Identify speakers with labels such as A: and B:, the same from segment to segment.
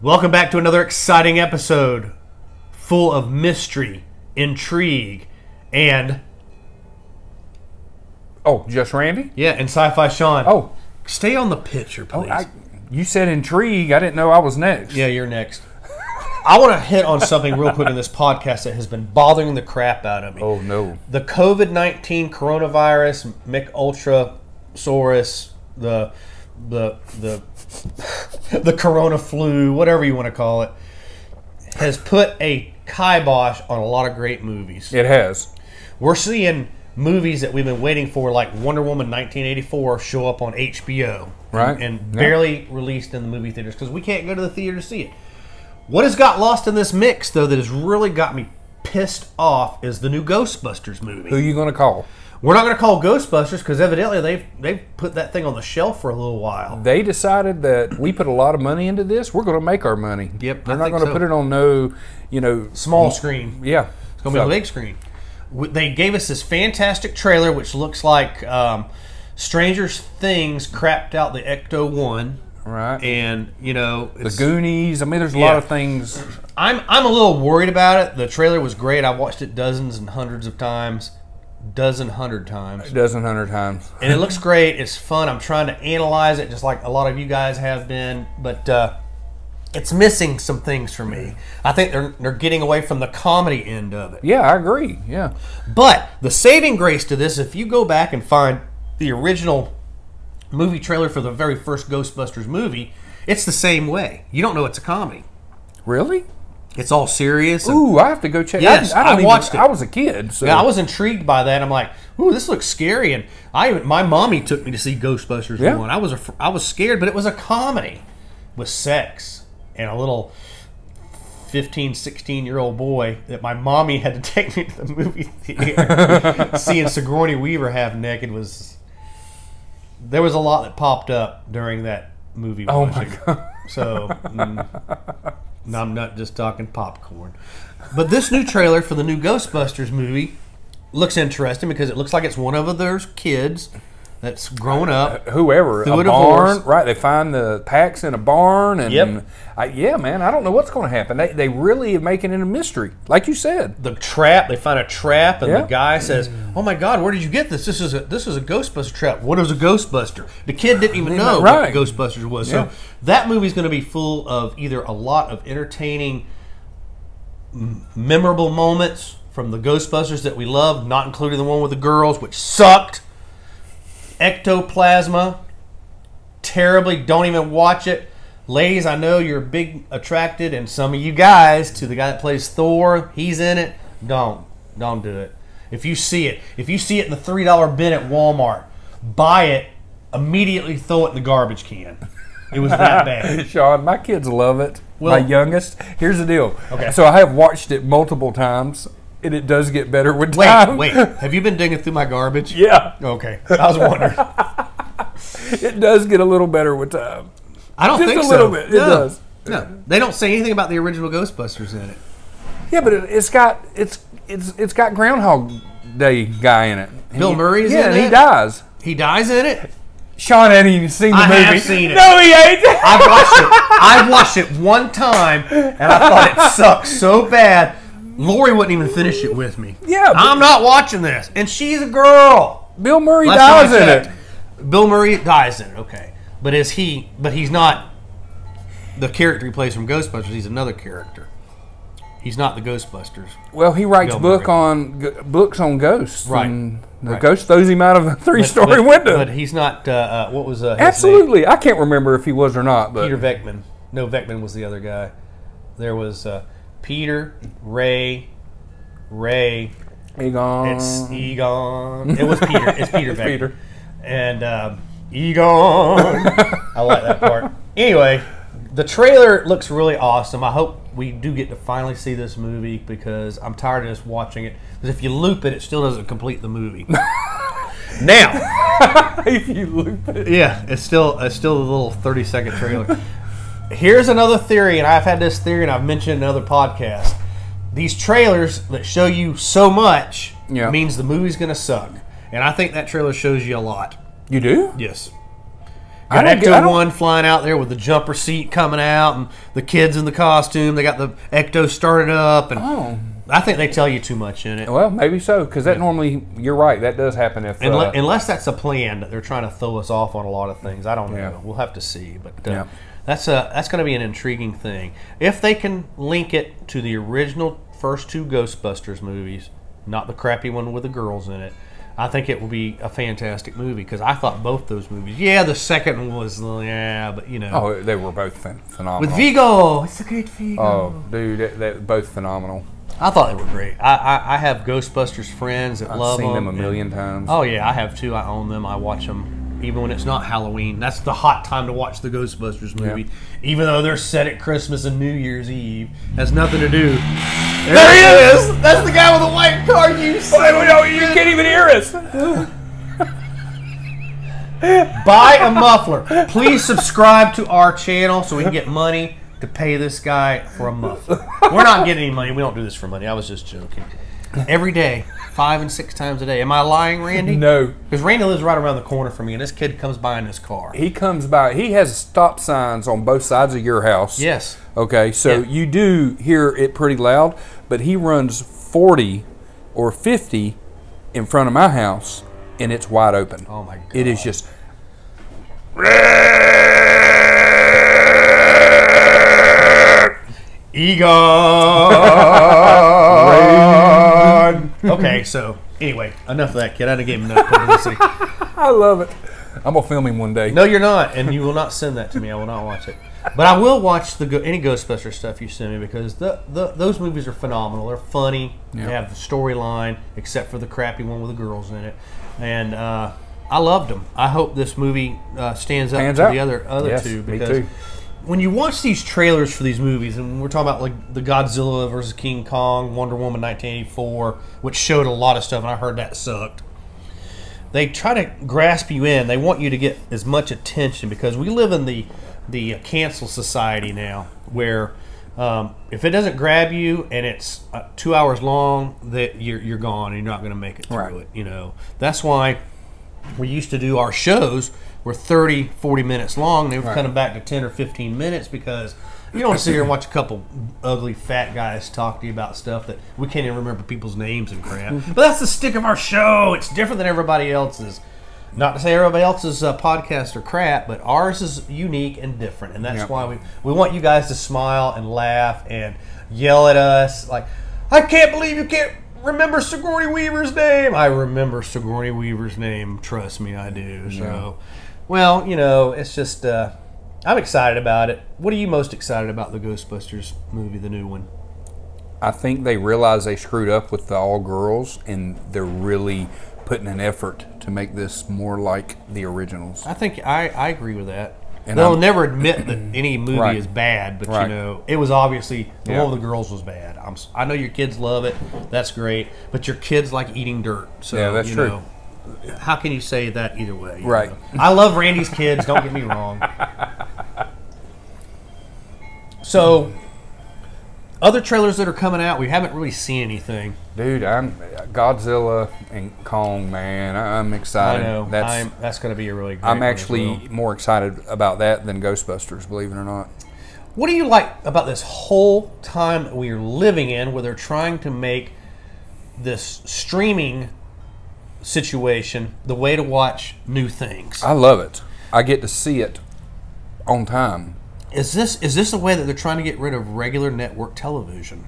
A: Welcome back to another exciting episode full of mystery, intrigue, and
B: Oh, just Randy?
A: yeah, and sci-fi Sean.
B: Oh,
A: stay on the picture, please.
B: I, you said intrigue. I didn't know I was next.
A: yeah, you're next. I want to hit on something real quick in this podcast that has been bothering the crap out of me.
B: Oh no.
A: the COVID nineteen coronavirus, Mick Ultra, Saurus, the the the the Corona flu, whatever you want to call it, has put a kibosh on a lot of great movies.
B: It has.
A: We're seeing movies that we've been waiting for, like Wonder Woman nineteen eighty four, show up on HBO,
B: Right.
A: and, and
B: Yeah.
A: barely released in the movie theaters because we can't go to the theater to see it. What has got lost in this mix, though, that has really got me pissed off is the new Ghostbusters movie.
B: Who you gonna call?
A: We're not going to call Ghostbusters because evidently they've they've put that thing on the shelf for a little while.
B: They decided that we put a lot of money into this. We're gonna make our money.
A: Yep,
B: They're
A: I
B: not
A: think
B: gonna
A: so.
B: put it on no, you know.
A: Small screen,
B: Yeah.
A: it's going to be on the big screen. W- They gave us this fantastic trailer, which looks like um, Stranger Things crapped out the Ecto One,
B: Right.
A: and you know, it's,
B: Goonies. I mean, there's a
A: Yeah.
B: lot of things.
A: I'm I'm a little worried about it. The trailer was great. I watched it dozens and hundreds of times, dozen hundred times.
B: A dozen hundred times.
A: and it looks great. It's fun. I'm trying to analyze it, just like a lot of you guys have been, but uh, it's missing some things for me. I think they're they're getting away from the comedy end of it.
B: Yeah, I agree. Yeah.
A: But the saving grace to this, if you go back and find the original movie trailer for the very first Ghostbusters movie, it's the same way. You don't know it's a comedy.
B: Really?
A: It's all serious. and-
B: Ooh, I have to go check.
A: Yes,
B: I, didn't- I,
A: I
B: don't even-
A: watched it.
B: I was a kid. So
A: Yeah, I was intrigued by that. I'm like, "Ooh, this looks scary." And I, even my mommy took me to see Ghostbusters
B: Yeah.
A: one. I was, af- I was scared, but it was a comedy with sex and a little 15, 16 year old boy that my mommy had to take me to the movie theater. Seeing Sigourney Weaver half naked was, there was a lot that popped up during that movie.
B: Oh, my
A: God. So, mm, no, I'm not just talking popcorn. But this new trailer for the new Ghostbusters movie looks interesting because it looks like it's one of those kids that's grown up.
B: whoever
A: Through
B: a
A: a divorce.
B: barn, right? They find the packs in a barn, and
A: Yep.
B: I, yeah, man, I don't know what's going to happen. They, they really are making it a mystery, like you said.
A: The trap they find a trap, and
B: Yeah.
A: the guy says, "Oh my God, where did you get this? This is a this is a Ghostbuster trap. What is a Ghostbuster?" The kid didn't even know
B: Right.
A: what Ghostbusters was.
B: Yeah.
A: So that movie's going to be full of either a lot of entertaining, m- memorable moments from the Ghostbusters that we love, not including the one with the girls, which sucked. Ectoplasma, terribly. Don't even watch it. Ladies, I know you're big attracted, and some of you guys to the guy that plays Thor. He's in it. Don't, don't do it. If you see it, if you see it in the three dollar bin at Walmart, buy it immediately. Throw it in the garbage can. It was that bad.
B: Sean, my kids love it.
A: Well-
B: my youngest. Here's the deal.
A: Okay.
B: So I have watched it multiple times, and it does get better with
A: Wait,
B: time.
A: wait. Have you been digging through my garbage?
B: Um, Yeah,
A: Okay, I was wondering.
B: it does get a little better with time.
A: I don't
B: Just
A: think
B: a
A: so.
B: little bit. It
A: no.
B: does.
A: No, they don't say anything about the original Ghostbusters in it.
B: Yeah, but it, it's got it's it's it's got Groundhog Day guy in it. And
A: Bill
B: he-
A: Murray's
B: yeah,
A: in
B: and he
A: it?
B: dies.
A: He dies in it.
B: Sean hadn't even seen the
A: I
B: movie.
A: have seen it.
B: No, he ain't.
A: I've watched it. I've watched it one time, and I thought it sucked so bad. Lori wouldn't even finish it with me.
B: Yeah, but-
A: I'm not watching this, and she's a girl.
B: Bill Murray
A: Last time I
B: dies in it.
A: checked. Bill Murray dies in it. Okay, but is he? But he's not the character he plays from Ghostbusters. He's another character. He's not the Ghostbusters.
B: Well, he writes
A: Bill
B: book
A: Murray.
B: on g- books on ghosts.
A: Right.
B: And the
A: Right.
B: ghost throws him out of a three-story
A: but,
B: window.
A: But he's not. Uh, uh, what was uh, his name?
B: Absolutely, I can't remember if he was or not. But
A: Peter Veckman. No, Veckman was the other guy. There was uh, Peter Ray Ray.
B: Egon.
A: It's Egon. It was Peter. It's Peter Veckman.
B: Peter.
A: And um, Egon. I like that part. Anyway, the trailer looks really awesome. I hope we do get to finally see this movie because I'm tired of just watching it. Because if you loop it, it still doesn't complete the movie. now.
B: if you loop it.
A: Yeah, it's still it's still a little thirty second trailer. Here's another theory, and I've had this theory, and I've mentioned in other podcasts. These trailers that show you so much
B: Yeah.
A: means the movie's going to suck, and I think that trailer shows you a lot.
B: You do?
A: Yes, Got
B: don't get- I
A: Ecto
B: don't-
A: One flying out there with the jumper seat coming out, and the kids in the costume. They got the Ecto started up, and
B: Oh.
A: I think they tell you too much in it.
B: Well, maybe so, because that normally, you're right, that does happen if.
A: Unle-
B: uh,
A: unless that's a plan that they're trying to throw us off on a lot of things. I don't know.
B: Yeah.
A: We'll have to see. But uh,
B: Yeah.
A: that's a that's going to be an intriguing thing if they can link it to the original first two Ghostbusters movies, not the crappy one with the girls in it. I think it will be a fantastic movie because I thought both those movies. Yeah, the second one was yeah, but you know,
B: oh, they were both phen- phenomenal.
A: with Vigo, it's a great Vigo.
B: Oh, dude, that, that both phenomenal.
A: I thought they were great. I, I I have Ghostbusters friends that
B: I've
A: love
B: seen them,
A: them
B: a million times.
A: Oh yeah, I have too. I own them. I watch them even when it's not Halloween. That's the hot time to watch the Ghostbusters movie, even though they're set at Christmas and New Year's Eve. Has nothing to do. There, he is. That's the guy with the white car. You son of
B: you can't even hear us.
A: a- buy a muffler. Please subscribe to our channel so we can get money to pay this guy for a muffler. We're not getting any money. We don't do this for money. I was just joking. Every day, five and six times a day. Am I lying, Randy?
B: No,
A: Because Randy lives right around the corner from me, and this kid comes by in his car.
B: he comes by. He has stop signs on both sides of your house.
A: Yes.
B: Okay, so
A: Yeah.
B: you do hear it pretty loud, but he runs 40 or 50 in front of my house, and it's wide open.
A: Oh my god.
B: It is just.
A: Egon. okay, so anyway, enough of that kid. I done gave him enough publicity.
B: I love it. I'm gonna film him one day.
A: no, you're not, and you will not send that to me. I will not watch it. But I will watch the go- any Ghostbuster stuff you send me because the, the those movies are phenomenal. They're funny.
B: Yeah.
A: They have the storyline, except for the crappy one with the girls in it. And uh, I loved them. I hope this movie uh, stands up
B: Hands
A: to
B: up.
A: the other other
B: Yes,
A: two
B: me
A: because
B: too.
A: when you watch these trailers for these movies, and we're talking about like the Godzilla versus King Kong, Wonder Woman 1984, which showed a lot of stuff, and I heard that sucked. They try to grasp you in. They want you to get as much attention because we live in the the cancel society now, where um, if it doesn't grab you and it's uh, two hours long, that you're you're gone and you're not going to make it through
B: Right.
A: it. You know that's why we used to do our shows were 30 40 minutes long they were coming back to 10 or 15 minutes because you don't sit here and watch a couple ugly fat guys talk to you about stuff that we can't even remember people's names and crap but that's the stick of our show it's different than everybody else's not to say everybody else's uh, podcasts are crap but ours is unique and different and that's
B: Yep.
A: why we, we want you guys to smile and laugh and yell at us like i can't believe you can't remember sigourney weaver's name i remember sigourney weaver's name trust me i do so well you know it's just uh, i'm excited about it what are you most excited about the ghostbusters movie the new one
B: I think they realize they screwed up with the all girls, and they're really putting an effort to make this more like the originals.
A: i think i, I agree with that
B: And
A: They'll
B: I'm-
A: never admit that any movie
B: Right.
A: is bad, but
B: Right.
A: you know it was obviously the
B: Yeah.
A: one with the girls was bad. I'm, s- I know your kids love it, that's great, but your kids like eating dirt. So
B: Yeah, that's
A: you
B: true.
A: know, how can you say that either way? you
B: Right.
A: know? I love Randy's kids. Don't get me wrong. So, other trailers that are coming out, we haven't really seen anything.
B: Dude, I'm Godzilla and Kong, man. I- I'm
A: I
B: excited.
A: know
B: That's
A: I'm, that's going to be a really. Great
B: I'm
A: one as
B: actually
A: well.
B: more excited about that than Ghostbusters, believe it or not.
A: What do you like about this whole time that we're living in where they're trying to make this streaming situation the way to watch new things?
B: I love it. I get to see it on time.
A: Is this is this a way that they're trying to get rid of regular network television?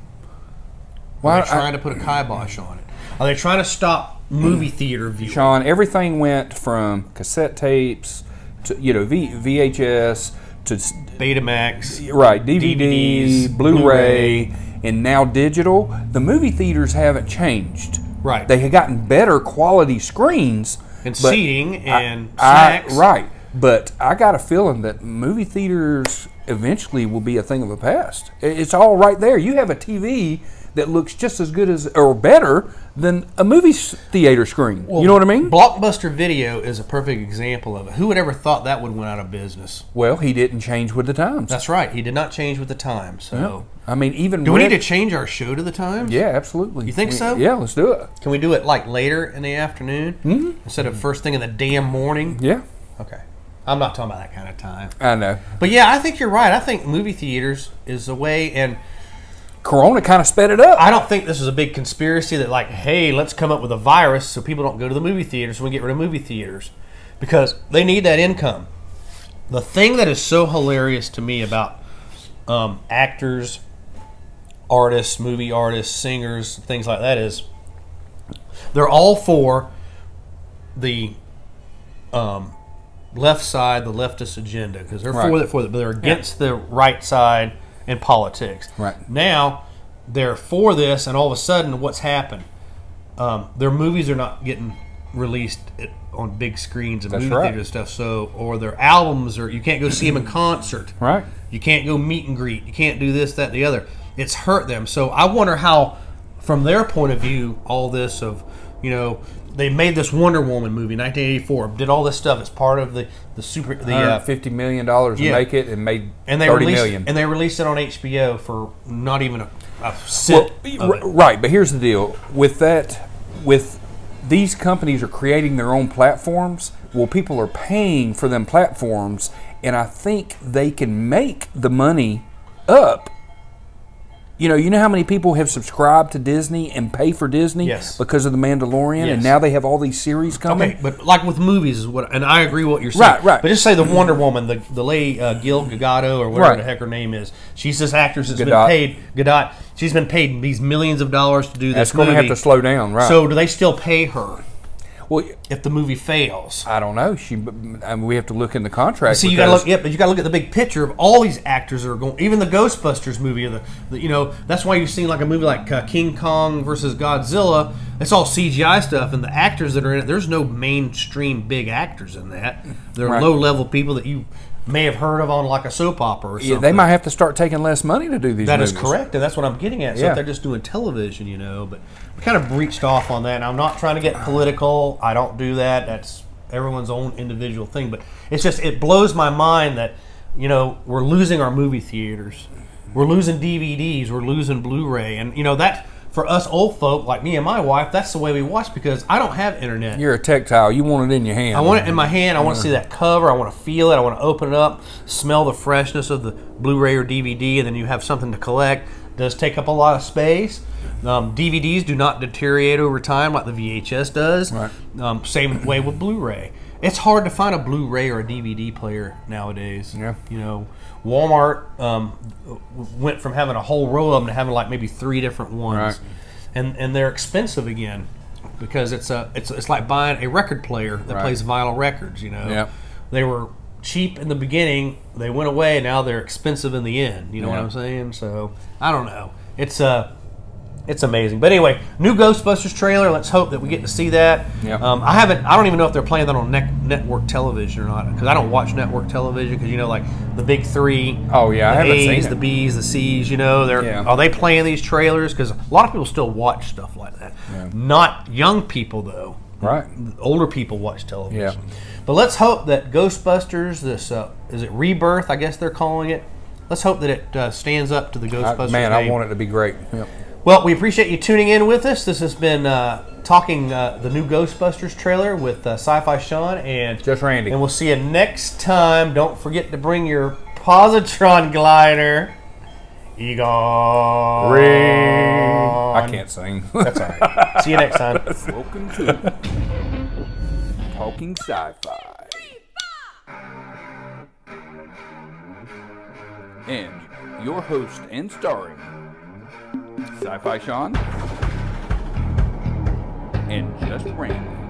B: Why?
A: Are they trying to put a kibosh on it? Are they trying to stop movie theater viewing?
B: Sean, everything went from cassette tapes to you know v- VHS to s-
A: Betamax.
B: right DVDs,
A: DVDs,
B: Blu-ray, and now digital. The movie theaters haven't changed.
A: Right.
B: They have gotten better quality screens
A: And
B: but
A: seating
B: I-
A: and
B: I-
A: snacks.
B: right. But I got a feeling that movie theaters eventually will be a thing of the past. I- It's all right there. You have a TV that looks just as good as or better than a movie s- theater screen. you know what I mean?
A: Blockbuster Video is a perfect example of it. Who would ever thought that would went out of business?
B: Well, he didn't change with the times.
A: That's right. He did not change with the time. So
B: I mean, even
A: Do we
B: with-
A: need to change our show to the times?
B: Yeah, absolutely.
A: You think
B: We-
A: so?
B: Yeah, let's do it.
A: Can we do Hmm? it like later in the afternoon instead of first thing in the damn morning?
B: Yeah.
A: Okay. I'm not talking about that kind of time.
B: I know.
A: But yeah, I think you're right. I think movie theaters is the way, and
B: Corona kind of sped it up.
A: I don't think this is a big conspiracy that like, hey, let's come up with a virus so people don't go to the movie theaters and we get rid of movie theaters because they need that income. The thing that is so hilarious to me about um, actors, artists, movie artists, singers, things like that is they're all for the um, left side, the leftist agenda, because they're for
B: Right.
A: it for it, but they're against the right side in politics.
B: Right.
A: now, they're for this, and all of a sudden, what's happened? Um, their movies are not getting released at, on big screens and
B: That's
A: movie
B: right.
A: theater stuff. So, or their albums, or you can't go see them in concert.
B: Right.
A: You can't go meet and greet. You can't do this, that, the other. It's hurt them. So I wonder how, from their point of view, all this of, you know, they made this Wonder Woman movie, 1984, did all this stuff as part of the the super the uh,
B: 150 million dollars to
A: Yeah.
B: make it, and made
A: and they
B: thirty
A: released
B: million.
A: and they released it on HBO for not even a, a
B: Well,
A: cent. of
B: r-
A: it.
B: right, but here's the deal with that. With these companies are creating their own platforms. Well, people are paying for them platforms, and I think they can make the money up. You know, you know how many people have subscribed to Disney and pay for Disney
A: Yes.
B: because of the Mandalorian, and
A: Yes.
B: now they have all these series coming.
A: Okay, but like with movies is what, and I agree with what you're saying.
B: Right, right.
A: But just say the Wonder Woman, the the lady uh, Gil Gadot or whatever
B: Right.
A: the heck her name is. She's this actress that's been
B: Gadot.
A: paid Gadot. She's been paid these millions of dollars to do this.
B: That's going to have
A: movie.
B: to slow down, right?
A: So do they still pay her
B: well,
A: if the movie fails?
B: I don't know. She, I mean, we have to look in the contract.
A: See, you gotta
B: because-
A: look. Yeah, but you gotta look at the big picture of all these actors that are going. Even the Ghostbusters movie, or the, the you know, that's why you've seen like a movie like uh, King Kong versus Godzilla. It's all CGI stuff, and the actors that are in it. There's no mainstream big actors in that. They're
B: Right.
A: low level people that you may have heard of on like a soap opera or something.
B: Yeah, they might have to start taking less money to do these.
A: That is
B: movies.
A: correct, and that's what I'm getting at. So
B: Yeah.
A: if they're just doing television, you know, but we kind of breached off on that. And I'm not trying to get political. I don't do that. That's everyone's own individual thing. But it's just it blows my mind that you know we're losing our movie theaters, we're losing DVDs, we're losing Blu-ray, and you know that for us old folk like me and my wife, that's the way we watch because I don't have internet.
B: You're a tactile. You want it in your hand.
A: I want it in my hand. I want to see that cover. I want to feel it. I want to open it up, smell the freshness of the Blu-ray or DVD, and then you have something to collect. Does take up a lot of space. Um, DVDs do not deteriorate over time like the VHS does.
B: Right.
A: Um, same way with Blu-ray. It's hard to find a Blu-ray or a DVD player nowadays.
B: Yeah.
A: You know, Walmart um, w- went from having a whole row of them to having like maybe three different ones
B: Right.
A: and and they're expensive again because it's a it's, it's like buying a record player that
B: Right.
A: plays vinyl records. You know,
B: Yeah.
A: they were cheap in the beginning, they went away, now they're expensive in the end. You know what
B: Yeah.
A: I'm saying? So I don't know. It's uh it's amazing. But anyway, new Ghostbusters trailer. Let's hope that we get to see that.
B: Yeah.
A: Um, I haven't. I don't even know if they're playing that on net, network television or not because I don't watch network television because you know like the big three.
B: Oh, yeah, I
A: the
B: haven't seen
A: A's,
B: it.
A: the B's, the C's. You know, they're
B: Yeah.
A: are they playing these trailers? Because a lot of people still watch stuff like that. Not young people though.
B: Right.
A: Older people watch television.
B: Yeah.
A: But let's hope that Ghostbusters, this uh, is it Rebirth, I guess they're calling it. Let's hope that it uh, stands up to the Ghostbusters.
B: Man, I
A: name.
B: want it to be great. Yep.
A: Well, we appreciate you tuning in with us. This has been uh, talking uh, the new Ghostbusters trailer with uh, Sci-Fi Sean and
B: Just Randy.
A: and we'll see you next time. Don't forget to bring your positron glider. Egon.
B: I can't sing.
A: That's all right. see you next time.
B: Welcome to Talking Sci-Fi and your host and starring Sci-Fi Sean and Just Randy.